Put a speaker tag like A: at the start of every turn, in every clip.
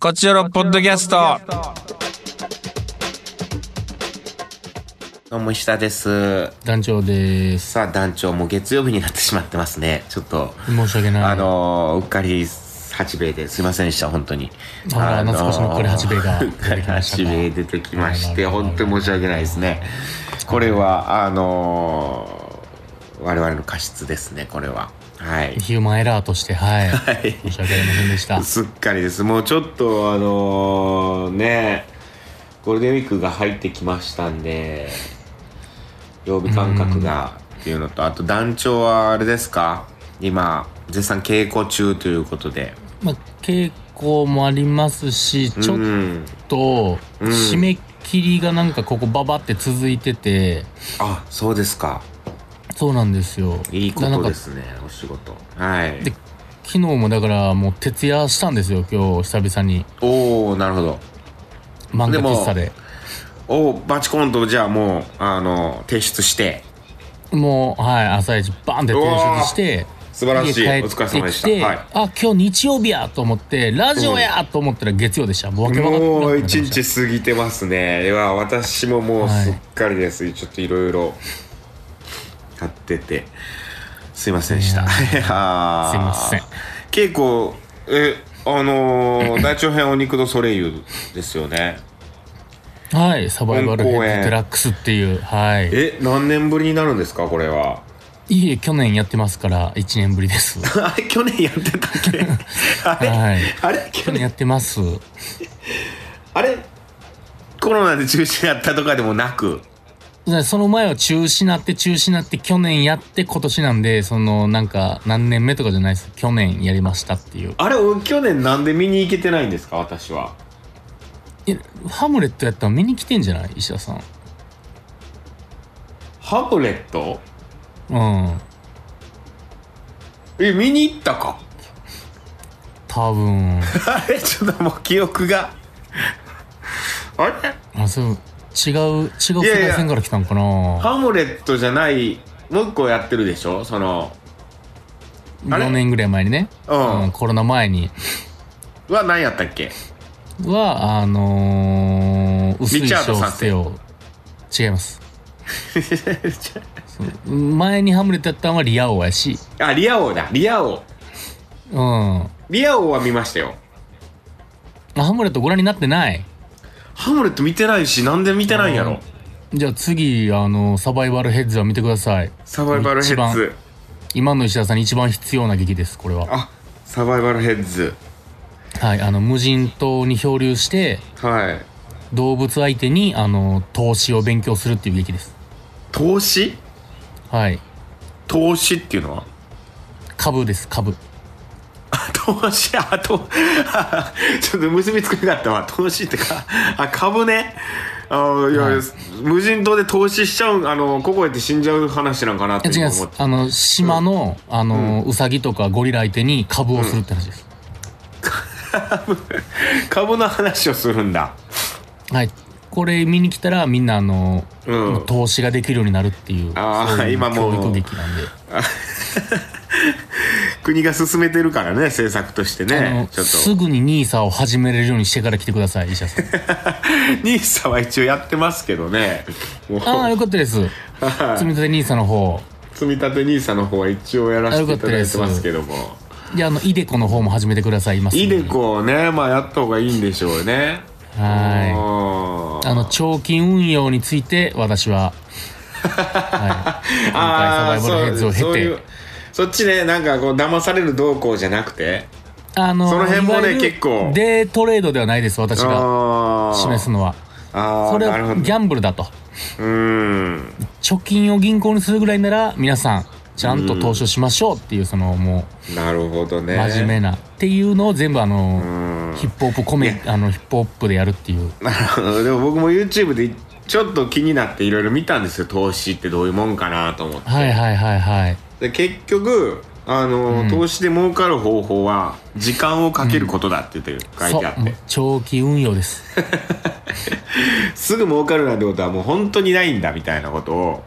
A: こちらのポッドキャスト。
B: どうも石田です。
C: 団長です。
B: さあ団長もう月曜日になってしまってますね。ちょっと、
C: 申し訳ない。
B: あのーうっかり八兵衛ですいませんでした本当に。
C: あら懐かしのうっかり八 兵衛が
B: うっかり八兵衛出てきまし
C: 出て
B: て
C: きましたか
B: 本当に申し訳ないですね。これはあのー我々の過失ですねこれは。 はい。
C: ヒューマンエラーとして、はい。申し訳ありません でした。
B: すっかりです。もうちょっとあのーねゴールデンウィークが入ってきましたんで曜日感覚がっていうのとあと団長はあれですか今絶賛稽古中ということで
C: まあ、稽古もありますし、ちょ
B: う
C: っ
B: ん
C: と、
B: うん
C: 締め切りがなんかここババって続いてて、
B: あそうですか
C: そうなんですよ。
B: いいことで
C: だから
B: すねお仕事はい
C: なんかで昨日もだからもう徹夜したんですよ、今日久々に。
B: おおなるほど
C: 漫画喫茶で。
B: おおバチコンとじゃあもうあの提出して
C: もう、はい、朝一バーンって転出して、
B: 素晴らしい
C: 家帰
B: お疲れ様でした
C: ってきて
B: はい
C: あ、今日日曜日やと思って、ラジオやと思ったら月曜でした。もうわけわかんなく
B: も
C: な
B: う
C: ってま
B: 一
C: した
B: 日過ぎてますねでは私ももう
C: はい
B: すっかりです、ちょっといろいろ買っててすいませんでした
C: いや
B: いやー
C: すいません
B: 結構えあのー大長編お肉のソレイユですよね
C: はい、サバイバルヘ
B: 本公
C: ッ
B: 演
C: ドデラックスっていう、はい。
B: え何年ぶりになるんですかこれは
C: いえ、去年やってますから、1年ぶり です。
B: あ れ去年やってたっけ あれ、
C: はい
B: あれ去
C: 去年
B: 年
C: やってます。
B: あれコロナで中止やったとかでもなく
C: でその前は中止なって、中止なって、去年やって、今年なんで、その、なんか、何年目とかじゃないです。去年やりましたっていう。
B: あれ去年なんで見に行けてないんですか私は
C: え、ハムレットやったら見に来てんじゃない石田さん。
B: ハムレット
C: うん。
B: え見に行ったか
C: 多分。
B: あれ ちょっともう記憶があれ
C: あ、そう、違う、違う世
B: いやいや
C: 界線から来たんかな
B: ハムレットじゃないもう一個やってるでしょそのあれ
C: ?4 年ぐらい前にね。
B: うん
C: コロナ前に。
B: は何やったっけ
C: は、あのー、薄
B: リ
C: い
B: チャード
C: 小
B: さん
C: 生を。違います。そう前にハムレットやったんはリア王やし。
B: あリア王だリア王
C: うん。あ
B: リア王は見ましたよ
C: ハムレットご覧になってない
B: ハムレット見てないしなんで見てないんやろ
C: じゃあ次、あの、サバイバルヘッズは見てください。
B: サバイバルヘッ
C: 一
B: ズ
C: 番今の石田さんに一番必要な劇です、これは。
B: あサバイバルヘッズ
C: はい、あの、無人島に漂流して、
B: はい
C: 動物相手に、あの、投資を勉強するっていう劇です。
B: 投資
C: はい。
B: 投資っていうのは
C: 株です、株。
B: あ投資あ とあちょっと結びつくなかったわ投資ってかあ株ねあいや、
C: はい
B: 無人島で投資しちゃうあのここへって死んじゃう話なんかなって
C: いや
B: 今
C: 違いま
B: 思
C: す
B: っ。て
C: あの、島の、あの、ウサギとかゴリラ相手に株をするって話です。
B: 株の話をするんだ
C: はい。これ見に来たらみんなあの、
B: うん
C: 投資ができるようになるっていう。
B: あー
C: そういう
B: 今もう
C: 教育劇なんで。
B: 国が進めてるからね政策として
C: あの
B: ね、ちょっ
C: すぐにニーサを始めれるようにしてから来てください、医者 さん。
B: とニーサは一応やってますけどねもう
C: ああ、よかったです。積み立てニーサの方。
B: 積み立てニーサの方は一応やらせていただいてますけども
C: で、あの、イデコの方も始めてください、今すぐ
B: イ
C: に
B: デコをねまあやった方がいいんでしょうね
C: は。
B: はい
C: あの、長期運用について、私は。はい。今回サバイバルヘッズを
B: そうそうい
C: 経
B: う
C: て。
B: そっちねなんかこう騙される動向じゃなくて
C: あの
B: その辺もね
C: いわゆる
B: 結構
C: デートレードではないです、私が。
B: あー
C: 示すのは
B: あ
C: そ
B: ー
C: れ
B: なるほ
C: は
B: ど
C: ギャンブルだと
B: うーん
C: 貯金を銀行にするぐらいなら皆さんちゃんと投資をしましょうっていうそのも
B: なるほど
C: う
B: ね
C: 真面目なっていうのを全部あ
B: うん
C: のヒップホップコメあのヒップホップでやるっていう
B: なるほどでも僕も YouTube でちょっと気になっていろいろ見たんですよ投資ってどういうもんかなと思って
C: はいはいはいはい
B: で結局あの、
C: うん
B: 投資で儲かる方法は時間をかけることだって言って書い
C: そう
B: てあって、
C: もう長期運用です
B: すぐ儲かるなんてことはもう本当にないんだみたいなことを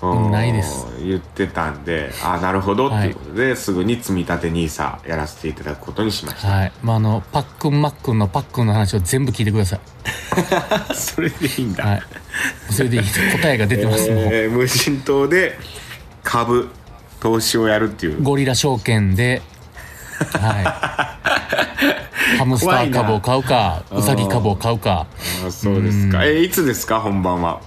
B: うん
C: ないです
B: 言ってたんであなるほどっていうことで、すぐに積み立て NISA やらせていただくことにしました
C: はい。まあ、あの、パックンマックンのパックンの話を全部聞いてください。
B: それでいいんだ、
C: はい。それでいい答えが出てます、もう
B: えー無人島で株投資をやるっていう
C: ゴリラ証券で、 はい。ハムスター株を買うか、
B: いな
C: ウサギ株を買うか。
B: あそうですか、えーいつですか本番は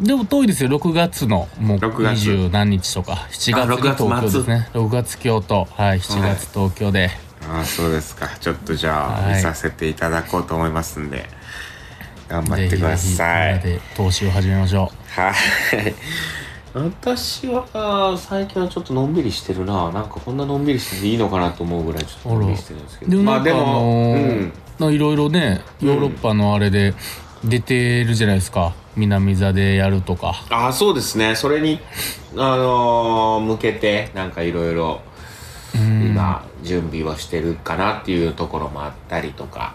C: でも遠いですよ、6月のもう
B: 6月
C: 20何日とか、7月
B: あ
C: に
B: 6月
C: 東京ですね。6月京都、はい、7月東京で。
B: あそうですかちょっとじゃあ、
C: はい
B: 見させていただこうと思いますんで頑張
C: ぜ
B: って
C: ひ
B: く
C: ぜ
B: だ
C: ひ、みん
B: さ
C: ないで投資を始めましょ
B: はい私は最近はちょっとのんびりしてるななんかこんなのんびりしてていいのかなと思うぐらいちょっとのんびりしてるんですけ
C: う。で
B: ど
C: も
B: ま
C: な
B: あ
C: んか
B: で
C: あの
B: も、
C: ーないろいろね、ヨーロッパのあれで出てるじゃないですか。南座でやるとか。
B: うん、あそうですねそれに、あのー向けてなんかいろいろ
C: うん
B: 今準備をしてるかなっていうところもあったりとか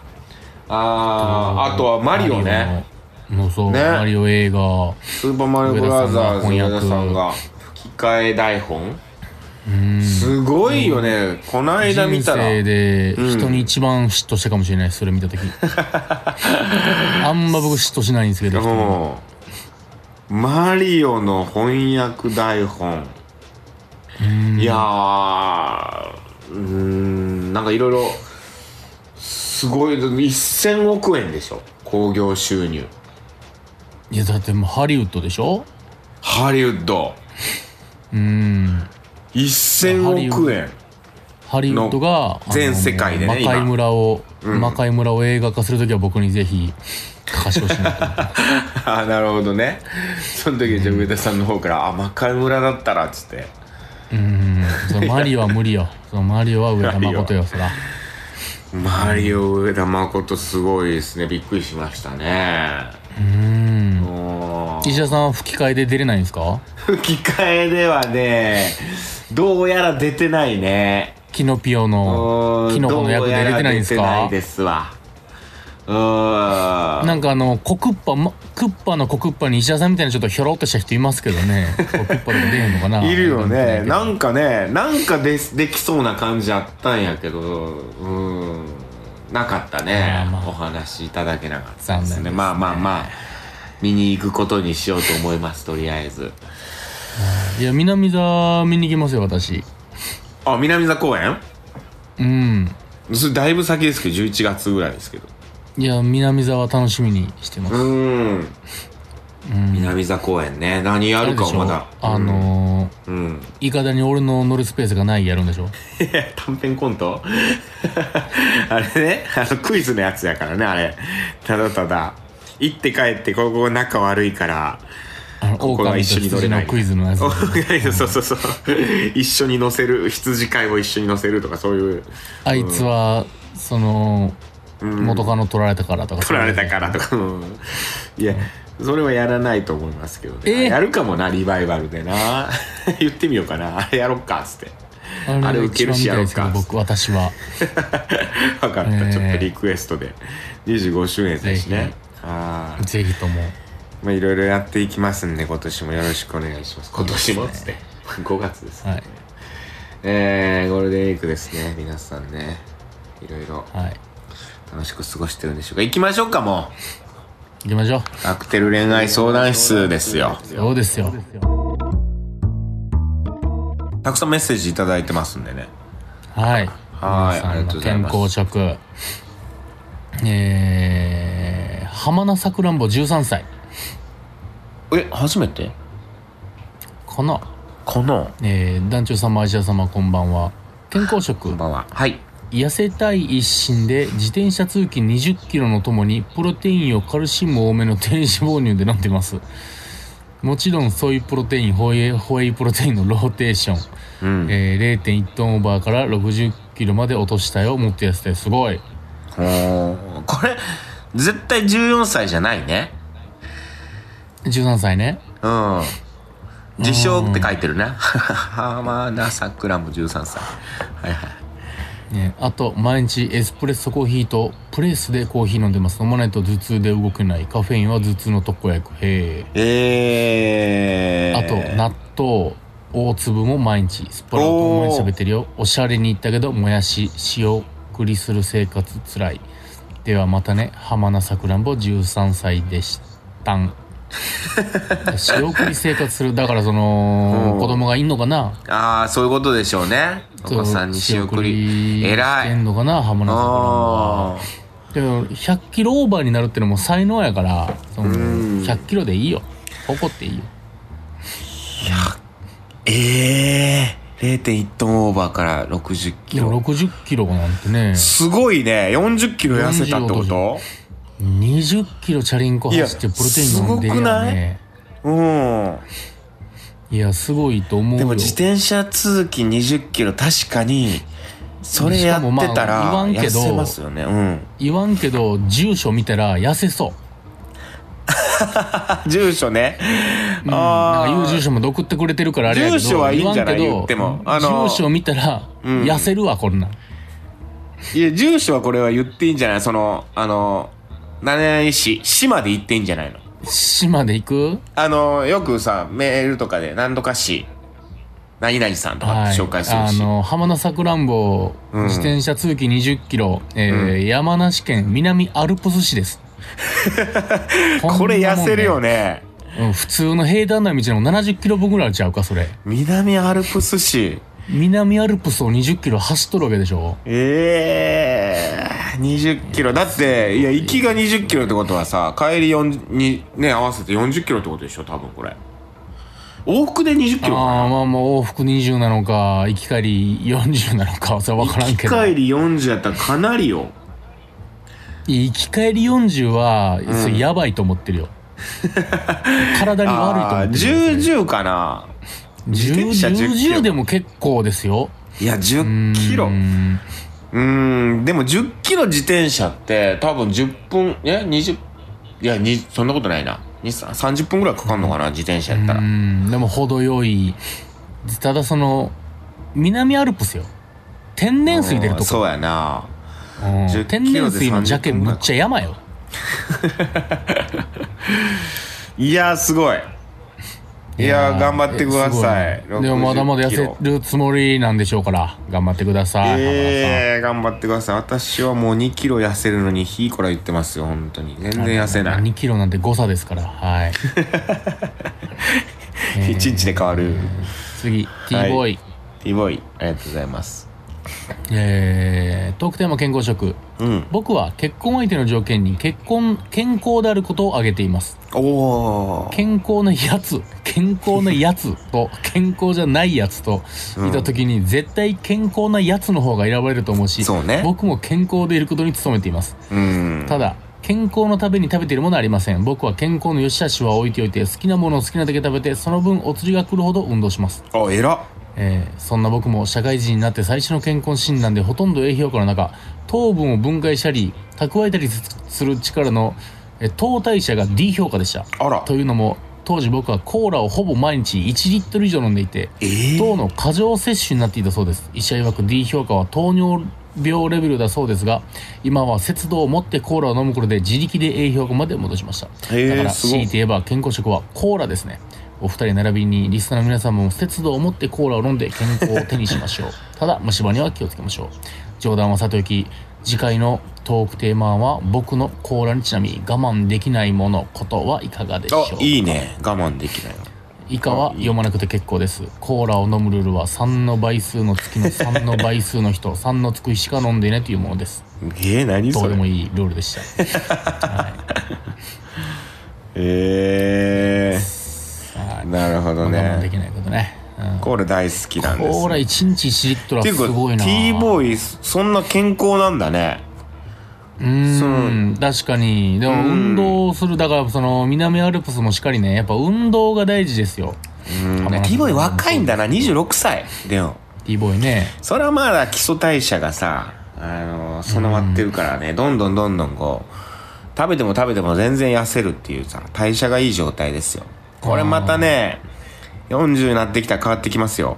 B: あーあとはマリオね。
C: マリオのそう、
B: ね
C: マリオ映画。
B: スーパーマリオブラザーズの上田さんが吹き替え台本
C: うん
B: すごいよね、この間見
C: 人
B: たら
C: 生で
B: うん
C: 人に一番嫉妬したかもしれないですそれ見 た時あんま僕嫉妬しないんですけど人に
B: もうマリオの翻訳台本
C: うん
B: いやーうーんなんかいろいろすごい1000億円でしょ興行収入
C: いやだってもうハリウッドでしょ
B: ハリウッド
C: うん
B: 1000億円
C: ハリウッドがあの
B: 全世界でね
C: 魔界
B: 今
C: 村を、魔界村を映画化する時は僕にぜひ歌唱しないと思う
B: ああなるほどねその時じゃあ上田さんの方から「あ魔界村だったら」っつって
C: うんそのマリオは無理よそのマリオは上田誠よそら
B: マリオ上田誠すごいですねびっくりしましたね
C: うん
B: もう
C: 石田さんは吹き替えで出れないんですか
B: 吹き替えではねどうやら出てないね
C: キノピオの
B: うん
C: キノコの役
B: どう
C: で
B: や
C: 出れ
B: ら
C: てないんです
B: 出てな
C: か
B: いですわうーん
C: なんかあのコクッパ、ま、クッパのコクッパに石田さんみたいなちょっとひょろっとした人いますけどねコクッパとか出へんの かないい
B: るよねな
C: なん
B: かねなんかでできそうな感じあったんやけどうんなかったね、
C: まあまあ
B: お話いただけなかったですね
C: 残念ですね
B: まあまあまあ見に行くことにしようと思いますとりあえず
C: いや南座見に行きますよ私
B: あ南座公園
C: うん
B: それだいぶ先ですけど11月ぐらいですけど
C: いや南座は楽しみにしてます、
B: うん
C: うん
B: 南座公園ね何や
C: あ
B: る
C: で
B: か
C: しょ
B: まだ
C: あのー
B: うん、 うん
C: いかだに俺の乗るスペースがないやるんでしょ
B: 短編コント あれねあのクイズのやつやからねあれただただ行って帰ってここ仲悪いから
C: あの
B: ここは
C: 狼と
B: 一緒に乗れ
C: 羊
B: ない
C: のクイズのやつ
B: そうそうそう一緒に乗せる羊飼いを一緒に乗せるとかそういう
C: あいつはその元カノ取られたからとか
B: 取られたからとかうんいやそれはやらないと思いますけどね、
C: え
B: やるかもなリバイバルでな 言ってみようかなあれやろっかっつって
C: あ
B: あれ
C: れが
B: 受け
C: 一
B: る
C: 番
B: し
C: 見た
B: やろ
C: いで
B: う
C: すけど
B: か
C: 僕私は
B: 分かった、
C: ええ
B: ちょっとリクエストで25周年ですし
C: ぜ
B: ねあー
C: ぜひとも
B: まあいろいろやっていきますんで今年もよろしくお願いします今年もっつ って5月ですね、
C: はい
B: えー、ゴールデンウィークですね皆さんねいろいろ
C: はい
B: 楽しく過ごしてるんでしょうか行きましょうかも
C: 行きましょう
B: うカクテル恋愛相談室ですよ
C: そうですよ。
B: たくさんメッセージいただいてますんでねは
C: はい。
B: いありがとうございます
C: 健康食。えー、浜名さくらんぼ13歳
B: え初めて
C: かな。
B: この
C: えー、団長様、石田様、こんばんは。健康食
B: こん。ばんははい
C: 痩せたい一心で自転車通勤20キロのともにプロテインをカルシウム多めの低脂肪乳で飲んでますもちろんソイプロテインホエイホエイプロテインのローテーション、
B: うん
C: えー0.1トンオーバーから60キロまで落としたよもっと痩せたいすごい
B: おーこれ絶対14歳じゃないね
C: 13歳ね
B: うん自称って書いてるな浜田桜も13歳はいはい
C: ね、あと毎日エスプレッソコーヒーとプレースでコーヒー飲んでます飲まないと頭痛で動けないカフェインは頭痛の特効薬へ
B: え
C: え
B: ー、
C: あと納糖大粒も毎日すっぱらと思いに喋ってるよおしゃれに行ったけどもやし仕送りする生活つらいではまたね浜名さくらんぼ13歳でした ん仕送り生活するだからその
B: うん
C: 子供がいんのかな
B: ああそういうことでしょうねお子さんに仕送り
C: 偉
B: 偉
C: いして
B: い
C: んのかな浜名さくらんぼは
B: あ
C: でも100キロオーバーになるってのも才能やからその
B: ん
C: 100キロでいいよ誇っていいよ
B: ーええ0.1トンオーバーから60キ
C: でも
B: ロ
C: 60キロなんてね
B: すごいね40キロ痩せたってこ
C: 40
B: と
C: 20キロチャリンコ走って
B: いや
C: プロテイン飲んでるよ
B: すごくな
C: ね
B: うん
C: いやすごいと思うよ
B: でも自転車通勤20キロ確かにそれやってた
C: しかもまあ
B: ら
C: 言わんけ
B: 痩
C: ど
B: せますよねうん
C: 言わんけど住所見たら痩せそう
B: 住所ね。
C: うん
B: あ
C: なんか言う
B: あ。
C: 住所も送ってくれてるからあれやけど
B: 住所はいいんじゃない
C: 言わ
B: 言
C: ん
B: っ
C: け
B: て
C: ど
B: もあの
C: 住所見たら
B: うん
C: 痩せるわこんなん
B: いや、住所はこれは言っていいんじゃないその、あの、何々市、市まで行っていいんじゃないの
C: 島で行く
B: あの、よくさ、メールとかで何とか市、何々さんとかって紹介する
C: あ
B: し。
C: の浜名さくらんぼ
B: うん
C: 自転車通勤20キロ、えー山梨県南アルプス市です
B: これ痩せるよ
C: ね、
B: ね。
C: うん、普通の平坦な道でも70キロ分ぐらいあるちゃうかそれ
B: 南アルプス市。
C: 南アルプスを20キロ走っとるわけでしょ
B: ええ20キロ。だって、いや、行きが20キロってことはさ、帰り4、に、ね、合わせて40キロってことでしょ多分これ。往復で20キロかな
C: ああまあまあ往復20なのか行き帰り40なのかそれは分からん
B: 行
C: け
B: き
C: ど
B: 帰り40やったらかなりよ
C: いや行き帰り40は、それやばいと思ってるよ 体に悪いと思
B: あ
C: っ
B: ー
C: てる
B: 10、
C: よ
B: 10かな自転車10キロ
C: 10でも結構ですよ
B: いや10キロ
C: う
B: うんーんでも10キロ自転車って多分10分え20いやにそんなことないなにさ30分ぐらいかかんのかな自転車やった
C: う
B: ら
C: んでも程よいただその南アルプスよ天然水出る
B: うん
C: とこ、
B: そうやな
C: うん
B: 10
C: 天然水のジャケ
B: キロで30分ぐ
C: む
B: らい
C: っちゃ山よ
B: いやーすごいいやー頑張ってください
C: すごでもまだまだ痩せるつもりなんでしょうから頑張ってください、
B: ええー、頑張ってください私はもう2キロ痩せるのにひいこら言ってますよ本当に全然痩せない
C: 2キロなんて誤差ですからはい えー
B: 一日で変わる。
C: 次 T ボーイ、
B: はいティーボーイ、ありがとうございます。
C: えー、トークテーマ健康食
B: うん。
C: 僕は結婚相手の条件に結婚健康であることを挙げています
B: おー。
C: 健康なやつ健康なやつと健康じゃないやつと
B: うん
C: いた時に絶対健康なやつの方が選ばれると思うし
B: そうね
C: 僕も健康でいることに努めています
B: うん。
C: ただ健康のために食べているものはありません僕は健康の良し悪しは置いておいて好きなものを好きなだけ食べてその分お釣りが来るほど運動します
B: あ、えら。
C: えーそんな僕も社会人になって最初の健康診断でほとんど栄養価の中糖分を分解したり蓄えたりする力のえー糖代謝が D 評価でした
B: あら。
C: というのも当時僕はコーラをほぼ毎日1リットル以上飲んでいて
B: えー
C: 糖の過剰摂取になっていたそうです医者曰く D 評価は糖尿病レベルだそうですが今は節度を持ってコーラを飲むことで自力で A 評価まで戻しました
B: へー
C: だから
B: すごい
C: 強いて言えば健康食はコーラですねお二人並びにリスナーの皆さんも節度を持ってコーラを飲んで健康を手にしましょう ただ虫歯には気をつけましょう冗談はさておき次回のトークテーマは僕のコーラにちなみ我慢できないものことはいかがでしょうか
B: あ、いいね。我慢できないの。
C: 以下は読まなくて結構ですコーラを飲むルールは3の倍数の月の3の倍数の人3 のつく日しか飲んでいないというものです
B: えー、何
C: ど
B: そう
C: で
B: れ
C: も。いいルールでした
B: え
C: は
B: ー。なるほど
C: 我慢で
B: ね。
C: きないことね、うん
B: コーラ大好きなんです。
C: コーラ
B: っ
C: 1日1リットルは
B: てい
C: す
B: うか、
C: ごいな
B: T ボーイ、そんな健康なんだね。
C: うーん確かにでも
B: うん
C: 運動するだからその南アルプスもしっかりねやっぱ運動が大事ですよ
B: うん。T ボーイ若いんだな、26歳。でも。
C: T ボーイね
B: それはまだ基礎代謝がさ、あの備わってるからね、どんどんどんどんこう食べても食べても全然痩せるっていうさ代謝がいい状態ですよこれまたね40になってきたら変わってきますよ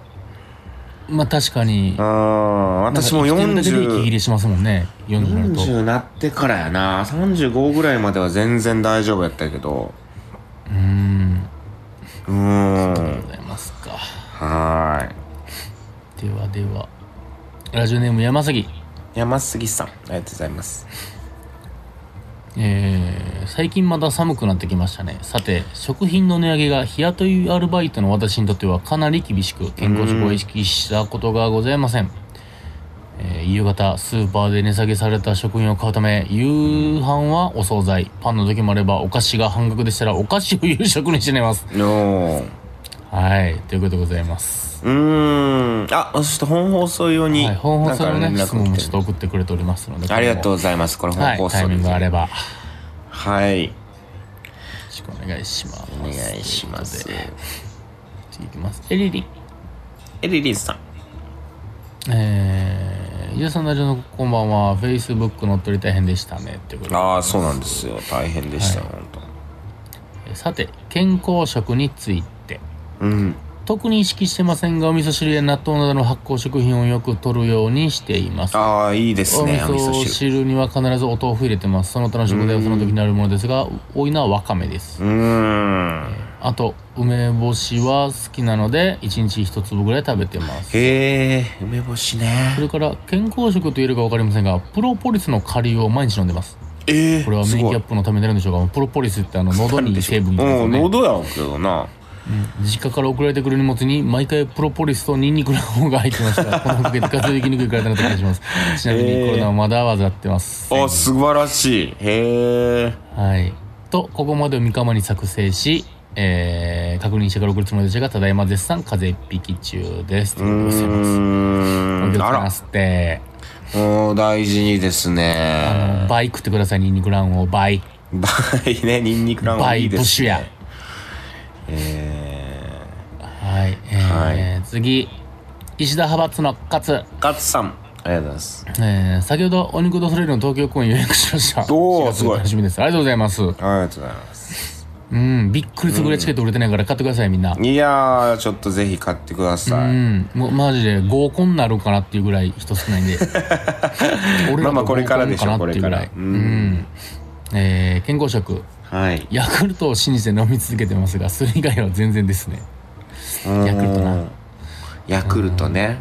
C: まあ確かに
B: うーん私も
C: なんか生きてるだけで
B: 4040
C: 息切れしますもんね40になると
B: になってからやな35ぐらいまでは全然大丈夫やったけど
C: うーん
B: うーん
C: ございますか
B: はーい
C: ではではラジオネーム山崎
B: 山杉さんありがとうございます
C: えー最近また寒くなってきましたねさて食品の値上げが日雇いアルバイトの私にとってはかなり厳しく健康志向を意識したことがございません、えー夕方スーパーで値下げされた食品を買うため夕飯はお惣菜パンの時もあればお菓子が半額でしたらお菓子を夕食にして寝ます
B: おー
C: はいということでございます、
B: うーんあそして本放送用に、
C: はい、本放送の
B: な
C: ね
B: んか連絡
C: 質問も
B: 来て
C: ちょっ
B: る
C: と送ってくれておりますので
B: ありがとう
C: う
B: ございますこれ
C: は
B: 本
C: い
B: 放
C: タイ
B: 送
C: ミングがあればよ
B: はい
C: ろしくお願いします
B: お願いします
C: ということで次いきますエリリ
B: エリリンさん
C: えー、ゆうさんラジオのこんばんは、Facebook 乗っ取り大変でしたね。ということで
B: ああそうなんですよ大変でしたよ、本
C: えーさて、健康食について。
B: 当うん
C: 特に意識してませんが、お味噌汁や納豆などの発酵食品をよく取るようにしています。
B: ああいいです
C: お味
B: ねお味
C: 噌
B: 噌汁
C: 汁には必ずお豆腐入れてます。その他の食材はその時になるものですが、多いのはわかめです。
B: うーん
C: あと、梅干しは好きなので、1日1粒ぐらい食べてます。
B: へえ梅干し
C: そ
B: ね
C: れから、健康食と言えるかわかりませんが、プロポリスの顆粒を毎日飲んでます。
B: ええ
C: これは免
B: すご
C: 疫
B: い
C: アップのためになるんでしょうかプロポリスってあの喉にいい成分みたいな
B: う
C: やつ
B: ん
C: ね、
B: 喉やけどな
C: 実家から送られてくる荷物に毎回プロポリスとニンニクの方が入ってました このおかげで活動できにくい体になった気がしますちなみ
B: え
C: に
B: ー
C: コロナはまだ患ってます、
B: あ素晴らしいへえ
C: はいとここまでを三釜に作成しえー、確認してから送るつもりでしたがただいま絶賛風邪一匹中ですと
B: う
C: いうことでございま
B: ー
C: すお気をつ
B: んあ
C: け
B: ら
C: なすって
B: おー大事にですね
C: 倍食ってくださいニンニク卵を倍
B: 倍ねニンニクラもい
C: 倍
B: い
C: プ
B: で
C: ッ
B: す
C: シュや
B: ねえ
C: はい、えー次石田派閥の勝
B: ー勝さんありがとうございます
C: えー先ほどお肉とそれるの東京公演予約しました。
B: おー
C: 4月
B: すごい
C: 楽しみです。ありがとうございます。
B: ありがとうございます
C: うん、びっくりするぐらいチケット売れてないから買ってください、みんな。
B: いやーちょっとぜひ買ってくだ
C: う
B: さい
C: ん、もうマジで合コンになるかなっていうぐらい人少な いんで。俺
B: ま
C: ら
B: あまあ
C: も
B: これからでしょ
C: 合コンなっていうぐらい
B: こ
C: う
B: れから
C: ん。えー健康食。
B: はい
C: ヤクルトを信じて飲み続けてますが、それ以外は全然ですね。ヤクルトな
B: うんヤクルトね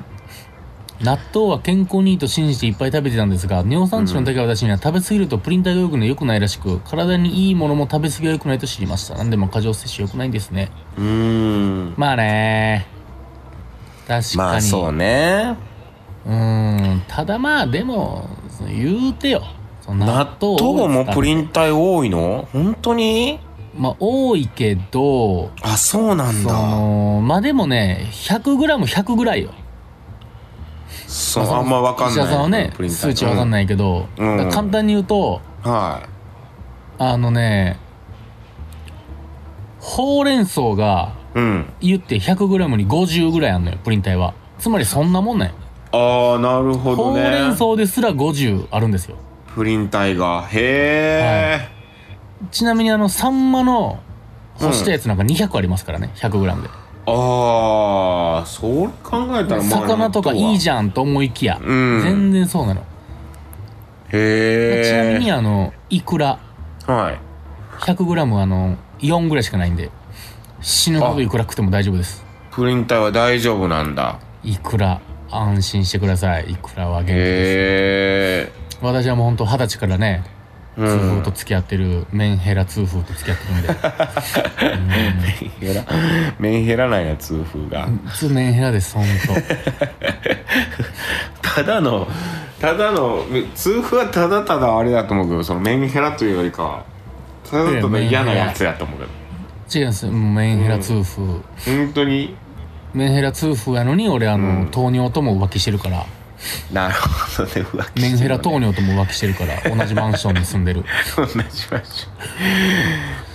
C: 納豆は健康にいいと信じていっぱい食べてたんですが尿酸値の高い私には食べ過ぎるとプリン体が良くない良くないらしく体にいいものも食べ過ぎは良くないと知りましたなんでも過剰摂取良くないんですね
B: うーん
C: まあね確かに、
B: まあそうね
C: うーんただまあでもその言うてよその
B: 納
C: を
B: 豆もプリン体多いの本当に
C: まあ多いけど
B: あそうなん
C: そ
B: だ
C: のまあでもね 100g100 ぐらいよ
B: そうあんま分かん
C: 石
B: ない
C: 田さんはね
B: プリン体
C: 数値分かんないけど、
B: うんうん
C: だから簡単に言うと
B: うんは
C: あのね、ほうれん草が
B: いうん
C: 言って 100g に50ぐらいあんのよ、プリン体は。つまりそんなもんなんよ。
B: ああなるほ
C: ほ
B: ど
C: うれん
B: ね
C: 草ですら50あるんですよ。
B: プリン体がへ
C: ちなみにあの、サンマの干したやつなんか200ありますからね、100g で。
B: えああそう考えたらまあ
C: 魚とかいいじゃんと思いきや、
B: うん
C: 全然そうなの。
B: ゃんへえ
C: ちなみにあの、イクラ、
B: はい
C: 100g あの、4ぐらいしかないんで、死ぬほどイクラ食っても大丈夫です。
B: プリン体は大丈夫なんだ
C: イクラ、安心してください。イクラは元気です。
B: へえ
C: 私はもう本当二十歳からね
B: う
C: 痛風
B: ん
C: と付き合ってる、メンヘラ痛風と付き合ってるん で
B: メンヘ ラメンヘラなんや痛風が
C: 普通メンヘラです本
B: ただのただの痛風はただただあれだと思うけどそのメンヘラというよりかはただただ嫌なやつやと思うけど
C: 当違うんですよもうメンヘラ痛風、
B: 本当に
C: メンヘラ痛風やのに俺あの、
B: うん
C: 糖尿とも浮気してるから
B: なるほどね浮気
C: メンヘラ
B: と
C: 糖尿とも浮気してるから同じマンションに住んでる
B: 同じ場所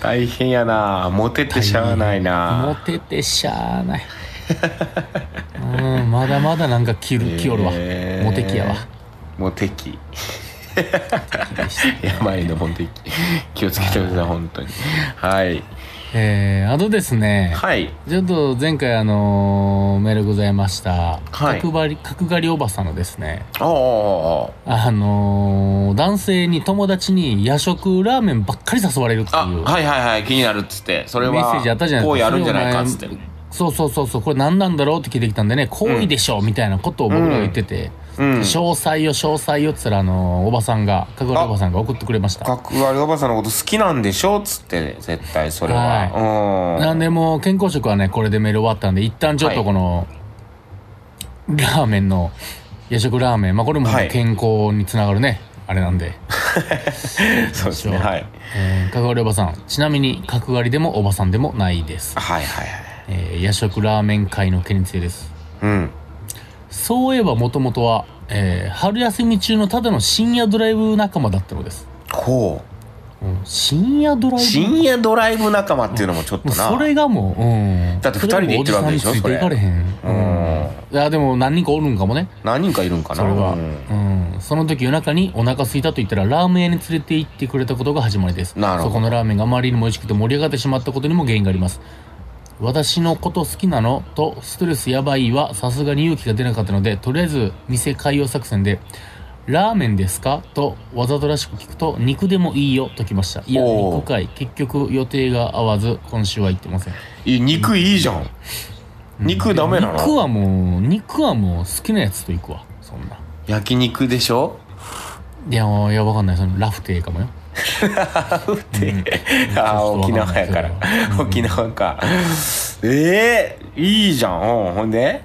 B: 大変やなモテてし ゃあない
C: モ
B: な
C: テてしゃあないうんまだまだなんかきるきよるわ、
B: へえ
C: モテ期やわ
B: モテ期病のモテ期気をつけてください本当にはい
C: えー、あとですね、
B: はい
C: ちょっと前回あのーメールございました、
B: はい
C: 角刈り角刈りおばさんのですね
B: ああ
C: あのー男性に友達に夜食ラーメンばっかり誘われるって
B: あ
C: いう
B: はいはいはい気になるっつってそれは
C: メッセージあったじゃないですか
B: 行為あるんじゃないかっつって
C: それをそうそうそうそうこれ何なんだろうって聞いてきたんでね好意でしょうみたいなことを僕らが言ってて、
B: うん
C: 詳細よ詳細よっつったらあのーおばさんが角刈りおばさんが送ってくれました
B: 角ありおばさんのこと好きなんでしょっつってね絶対それはうん
C: なんでもう健康食はねこれでメール終わったんで一旦ちょっとこの、ラーメンの夜食ラーメンまあこれも
B: はい
C: 健康につながるね、あれなんで、
B: そうですね
C: そう
B: はい
C: えー、角刈りおばさんちなみに角刈りでもおばさんでもないです、
B: はいはいはい
C: えー夜食ラーメン界の県についです
B: うん
C: そういえばもともとは、えー春休み中のただの深夜ドライブ仲間だったのです、
B: ほ
C: うん深夜ドラ
B: う
C: イブ
B: 深夜ドライブ仲間っていうのもちょっ
C: も
B: と
C: う
B: な
C: それがもう、うん、
B: だって二人で行ってるわけでしょ
C: それがもうおじさんについていかれへん、うん、いやでも何人かおるんかもね
B: 何人かいるんかな
C: それは、
B: う
C: うんんその時夜中にお腹空いたと言ったらラーメン屋に連れて行ってくれたことが始まりです
B: なるほど
C: そこのラーメンがあまりにも美味しくて盛り上がってしまったことにも原因があります私のこと好きなのとストレスやばいはさすがに勇気が出なかったのでとりあえず店開業作戦で「ラーメンですか?」とわざとらしく聞くと「肉でもいいよ」ときましたいや
B: おー
C: 肉かい結局予定が合わず今週は行ってません
B: いや肉いいじゃん肉ダメな
C: 肉
B: の
C: はもう肉はもう好きなやつと行くわそんな
B: 焼肉でしょ
C: いやいやわかんないそのラフテーかもよ
B: あー沖縄やから
C: そうそうわかんないそれは
B: 沖縄かええいいじゃんうんほんで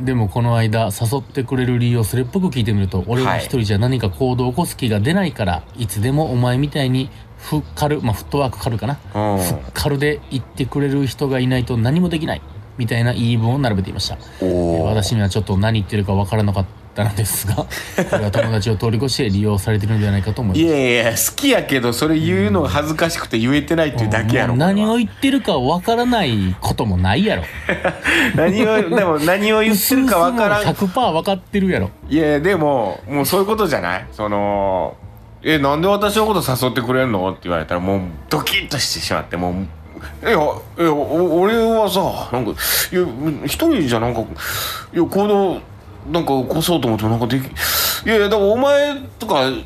C: でもこの間誘ってくれる理由をそれっぽく聞いてみると俺は一人じゃ何か行動を起こす気が出ないから、い、つでもお前みたいにフッカルまあフットワークカルかな
B: うん
C: カルで言ってくれる人がいないと何もできないみたいな言い分を並べていました
B: おお
C: 私にはちょっと何言ってるかわからなかった のですがこれは友達を通り越して利用されてるんじゃないかと思い
B: い
C: ます
B: やいや好きやけどそれ言うのが恥ずかしくて言えてないっていうだけやろ
C: もう何
B: こ
C: を言ってるかわからないこともないやろ
B: れは何をでも何を言ってるかわからん
C: 100%分かってるやろ
B: いやでももうそういうことじゃないその「えなんで私のこと誘ってくれんの?」って言われたらもうドキッとしてしまってもう「えやえやお俺はさなんかいや一人じゃなんかいや行動なんか起こそうと思ってもなんかできいやいやだからお前とかなんか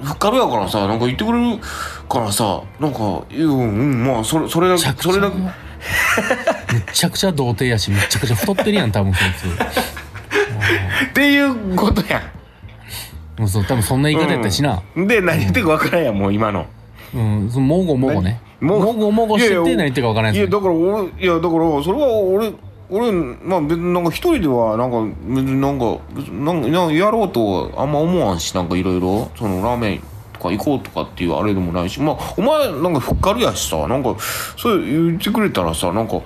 B: ふっかるやからさなんか言ってくれるからさなんかいやうんうんまあそれそれだけ
C: めちゃくちゃ
B: それだけ
C: めちゃくちゃ童貞やしめちゃくちゃ太ってるやん多分そい
B: っていうことやん。
C: つもうそう多分そんな言い方やったしな
B: うんで何言ってるか分からんやんもう今の。
C: うん、そのもごもごね
B: も
C: も
B: う
C: ごもごしてて何言ってるか分からない
B: い
C: や
B: や
C: つね
B: だから俺いやだからそれは俺俺まあ別になんか一人ではなんか別になんか別になんかなんかやろうとはあんま思わんしなんかいろいろそのラーメンとか行こうとかっていうあれでもないしまあお前なんかふっかるやしさなんかそう言ってくれたらさなんか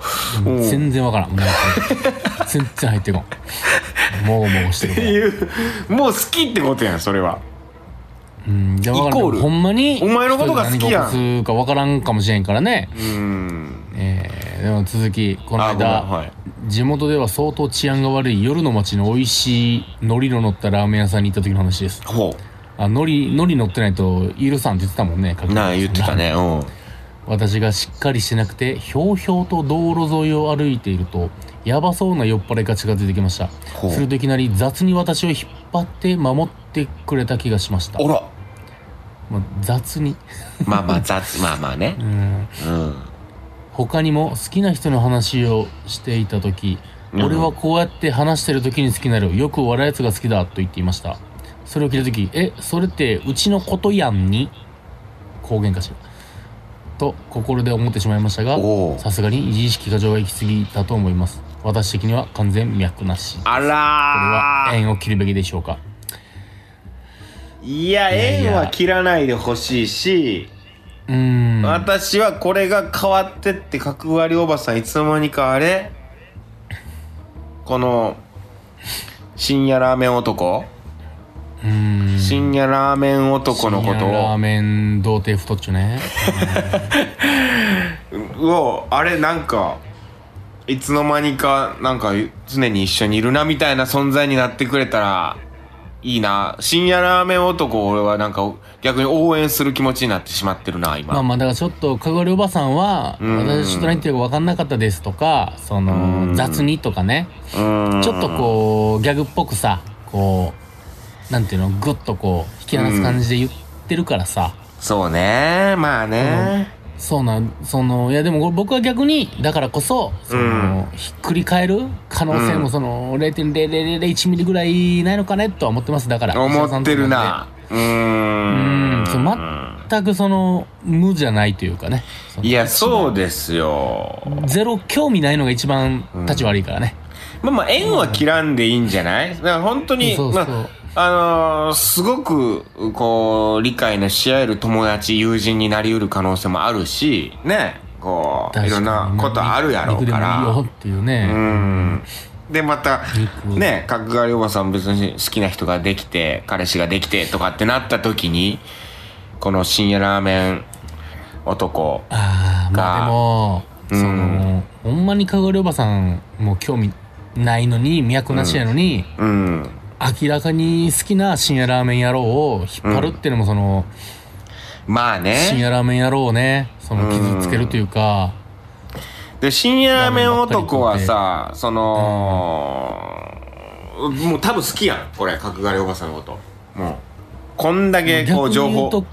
B: うんっ
C: 全然分からんもう 全然入ってこんもごもごしてるか
B: て
C: ら
B: いうもう好きってことやんそれは
C: うんじゃあ分か
B: イコー
C: んな
B: ル
C: いほんまに
B: お前のことが好きやん
C: 人が何が起こすか分からんかもしれんからね
B: うん
C: えーでも続きこの
B: あごめん
C: 間
B: はい
C: 地元では相当治安が悪い夜の街の美味しい海苔の乗ったラーメン屋さんに行った時の話です
B: ほ
C: あ、ノリ、ノリ乗ってないと許さんって言ってたもんね、
B: うなあ言ってた。ねうん
C: 私がしっかりしてなくて、ひょうひょうと道路沿いを歩いていると、やばそうな酔っ払いが近づいてきました
B: ほう。
C: するといきなり雑に私を引っ張って守ってくれた気がしました
B: あ。ら
C: まあ、雑に。
B: まあまあ雑まあまあね
C: うん
B: うん
C: 他にも好きな人の話をしていた時
B: うん
C: 俺はこうやって話してる時に好きになるよく笑うやつが好きだと言っていましたそれを聞いた時えそれってうちのことやんに公言かしらと心で思ってしまいましたが
B: おう
C: さすがに自意識過剰が行き過ぎたと思います私的には完全脈なしこ
B: あら
C: れは
B: ー
C: 縁を切るべきでしょうか
B: いや縁は切らないでほしいし、
C: うーん
B: 私はこれが変わってって角刈りおばさんいつの間にかあれこの深夜ラーメン男
C: うーん
B: 深夜ラーメン男のこ
C: 深夜ラー
B: と
C: メン童貞太っちょね
B: ををあれなんかいつの間にかなんか常に一緒にいるなみたいな存在になってくれたらいいな深夜ラーメン男俺はなんか逆に応援する気持ちになってしまってるな今、
C: まあまあだからちょっとかがりおばさんは
B: うん
C: 私ちょっと何言ってるか分かんなかったですとかそうの
B: ん
C: 雑にとかね
B: うん
C: ちょっとこうギャグっぽくさこうなんていうのグッとこう引き離す感じで言ってるからさ
B: そうねまあね、
C: そうなんそのいやでも僕は逆にだからこそそのひっくり返る可能性
B: う
C: も
B: ん
C: その0.0001ミリぐらいないのかねとは思ってますだから
B: 思ってるなうー
C: うんんそう全くその無じゃないというかねその
B: いやそうですよ
C: ゼロ興味ないのが一番立ち悪いからね、
B: まあまあ縁は切らんでいいんじゃないだから本当に、
C: そうそう
B: まあ、あのーすごく、こう、理解のし合える友達、友人になりうる可能性もあるし、ね、こう、いろんなことあるやろうか
C: 肉でもいい
B: ら。
C: よっていうね、
B: うん。で、また、
C: 肉
B: ね、角刈りおばさん別に好きな人ができて、彼氏ができてとかってなった時に、この深夜ラーメン男、
C: ああ
B: が
C: まあでも、
B: うん
C: そのほんまにかぐりおばさんも興味ないのに脈なしやのに、
B: うん。
C: 明らかに好きな深夜ラーメン野郎を引っ張るっていうのもその、
B: まあ
C: 深
B: ね。
C: 夜ラーメン野郎をねその傷つけるというか、
B: で、深夜ラーメン男はさ、その、もう多分好きやん、これ、角刈りおばさんのこと。もう、こんだけこう
C: 逆に
B: 情
C: 言
B: 報
C: う、と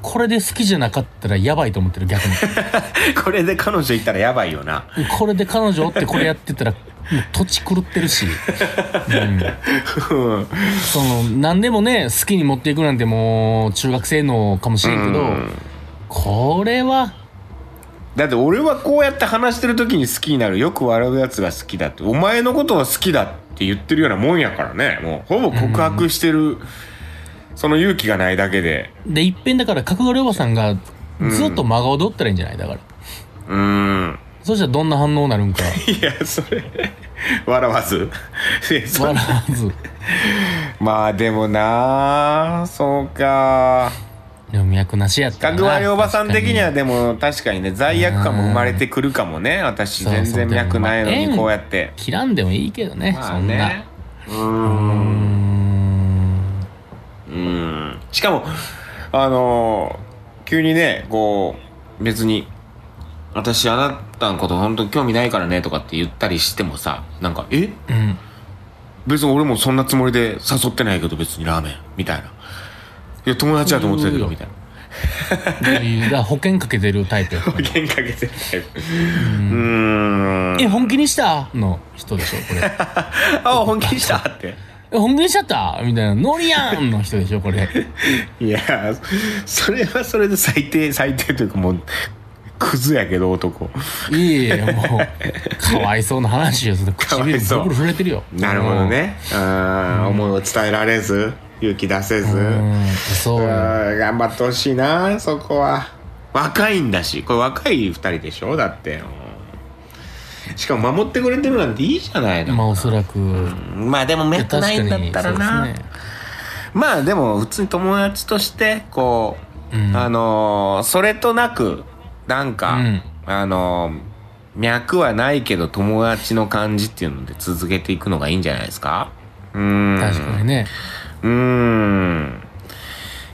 C: これで好きじゃなかったらやばいと思ってる逆に
B: これで彼女いたらやばいよな。
C: これで彼女おってこれやってたらもう土地狂ってるし、うん
B: うん
C: その何でもね好きに持っていくなんてもう中学生のかもしれんけど、
B: うん
C: これは
B: だって俺はこうやって話してる時に好きになるよく笑うやつが好きだってお前のことは好きだって言ってるようなもんやからねもうほぼ告白してる、その勇気がないだけで
C: で一遍だから角刈りおばさんがずっと真顔でおったらいいんじゃないだから、
B: うーん
C: そしたらどんな反応になる んか
B: いやそれ笑わずえそ
C: 笑わず
B: まあでもなあそうか
C: でも脈なしやったら
B: 角
C: な
B: 割りおばさん的には
C: 確
B: でも確かにね罪悪感も生まれてくるかもね私
C: そうそう
B: 全然脈ないのにこうやって
C: かに切らんでもいいけどね、
B: ま
C: そ
B: あ
C: んな
B: ねう
C: うー
B: ーん
C: ん
B: うんしかもあのー急にねこう別に「私あなたのこと本当に興味ないからね」とかって言ったりしてもさなんか「え
C: うん
B: 別に俺もそんなつもりで誘ってないけど別にラーメン」みたいな「いや友達だと思ってたけど」みたいな
C: でだから保険かけてる タイプやから
B: 喧嘩かけてるうーん
C: え本気にしたの人でしょこれ
B: あ本気にしたって
C: え本気にしちゃったみたいなノリやんの人でしょこれ
B: いやそれはそれで最低最低というかもうクズやけど男
C: いえいえもうかわいそうな話よそれ
B: かわ
C: 唇
B: いそう
C: ブルブル震えてるよ
B: なるほどね。うん、思いを伝えられず、勇気出せず、
C: う
B: うん
C: んそうよ
B: 頑張ってほしいな、そこは。若いんだし、これ若い二人でしょだって。うんしかも守ってくれてるなんていいじゃないの。
C: まあおそらく
B: まあでも
C: い
B: め
C: や
B: った
C: 確
B: な
C: か
B: いん
C: にそ
B: だっ
C: う
B: たら
C: です
B: な。
C: ね
B: まあでも普通に友達として、こう、
C: うん
B: あのーそれとなく、なんか、
C: うん
B: あのー脈はないけど友達の感じっていうので続けていくのがいいんじゃないですかうーん。
C: 確かにね
B: うーん。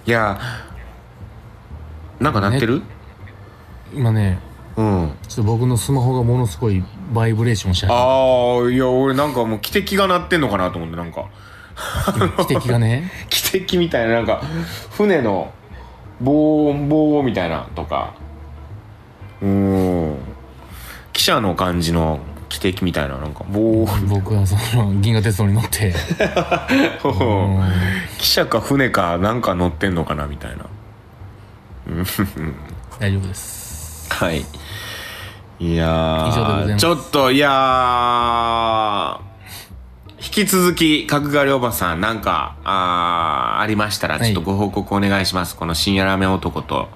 B: いや、なんか鳴ってる、
C: 今ね
B: うん。
C: ちょっと僕のスマホがものすごいバイブレーションしちゃ
B: ああ、いや、俺なんかもう汽笛が鳴ってんのかなと思って、なんか。
C: う汽笛がね
B: 汽笛みたいな、なんか、船の棒音、棒音みたいな、とか。うーん。汽車の感じの汽笛みたいな、なんか、棒音。
C: 僕はその銀河鉄道に乗ってうん
B: 汽車か船か、なんか乗ってんのかな、みたいな。
C: 大丈夫です
B: はい。いやー
C: 以上でございます
B: ちょっと、いやー引き続き、角刈りおばさん、なんか、あーありましたら、
C: はい
B: ちょっとご報告お願いします。この深夜ラーメン男と。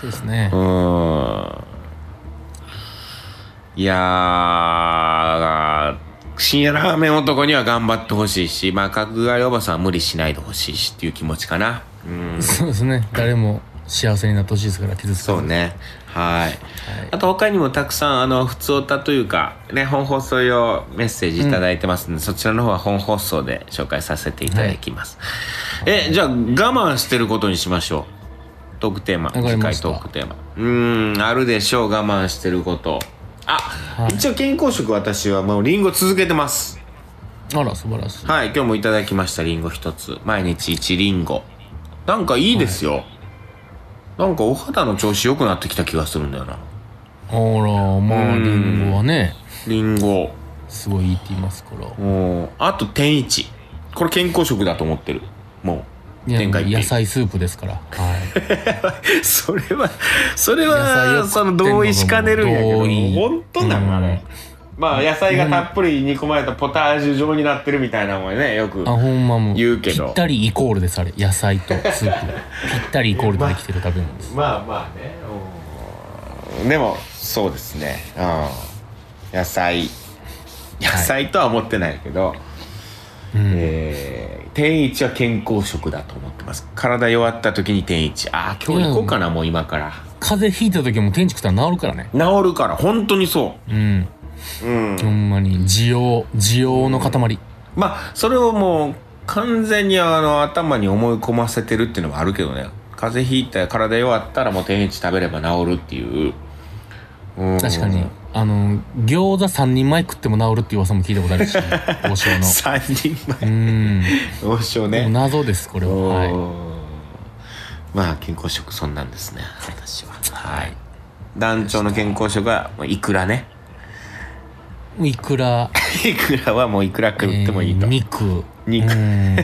C: そうですね
B: うーん。いやー、深夜ラーメン男には頑張ってほしいし、まあ、角刈りおばさんは無理しないでほしいしっていう気持ちかな。うん。
C: そうですね誰も幸せになってほしいですから傷つか
B: そう
C: ず
B: ねはいあと他にもたくさんあの普通歌というかね本放送用メッセージ頂いただいてますので、そちらの方は本放送で紹介させていただきます、えじゃあ我慢してることにしましょうトークテーマ
C: かり
B: 次
C: ま
B: 回
C: した
B: トークテーマうーんあるでしょう我慢してることあ、
C: はい
B: 一応健康食私はもうリンゴ続けてます
C: あら素晴らしい
B: はい今日もいただきましたリンゴ一つ毎日一リンゴなんかいいですよ、なんかお肌の調子良くなってきた気がするんだよな
C: あらまあ
B: うん
C: リンゴはね
B: リンゴ
C: すごいいいって言いますから
B: もうあと天一これ健康食だと思ってるもう
C: いや
B: 天下一品
C: 野菜スープですから、はい、
B: それはそれ
C: 野菜を
B: は
C: 食って
B: そ
C: んの
B: の
C: が
B: 同意しかねるんやけど
C: 同意
B: 本当なのあ
C: うん
B: れまあ野菜がたっぷり煮込まれたポタージュ状になってるみたいなもんねよく
C: あほんまもう
B: 言うけ
C: ぴ
B: ど
C: ったりイコールですあれ野菜とスープ がぴったりイコールでできてる食べ物です
B: まあまあねうんでもそうですねうん野菜野菜とは思ってないけど、えー天一は健康食だと思ってます体弱った時に天一ああ今日行こうかな、もう今から
C: 風邪ひいた時も天竺さん治るからね
B: 治るから本当にそ
C: うん
B: ううん
C: ほんまに需要需要の塊
B: まあそれをもう完全にあの頭に思い込ませてるっていうのもあるけどね風邪ひいた体弱ったらもう天一食べれば治るっていう、うん
C: 確かにあの餃子3人前食っても治るっていう噂も聞いたことあ るし王将の
B: 3人
C: う
B: 前
C: ん
B: どうしよう
C: もう
B: ね
C: 謎ですこれははい
B: い、まあ健康食そんなんですね私ははい団長の健康食はもういくらね
C: もういくら
B: いくらはもういくら食ってもいい
C: え
B: と、
C: ー肉
B: 肉
C: うん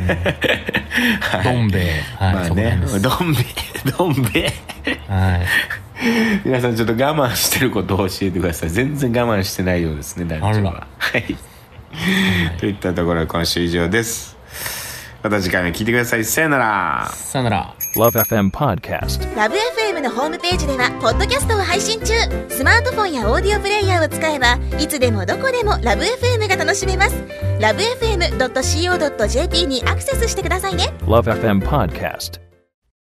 C: どん兵衛はい、
B: まあ
C: そこら
B: ね
C: 辺です
B: どん兵衛どん兵衛
C: はい
B: 皆さんちょっと我慢してることを教えてください全然我慢してないようですね団
C: あ
B: 長
C: ら
B: ははいといったところで今週以上ですまた次回も聞いてくださいさよなら
C: さよなら
A: Love FM Podcast.
D: ラブ f m のホームページではポッドキャストを配信中スマートフォンやオーディオプレイヤーを使えばいつでもどこでもラブ f m が楽しめますラブ FM.co.jp にアクセスしてくださいね
A: Love FM Podcast.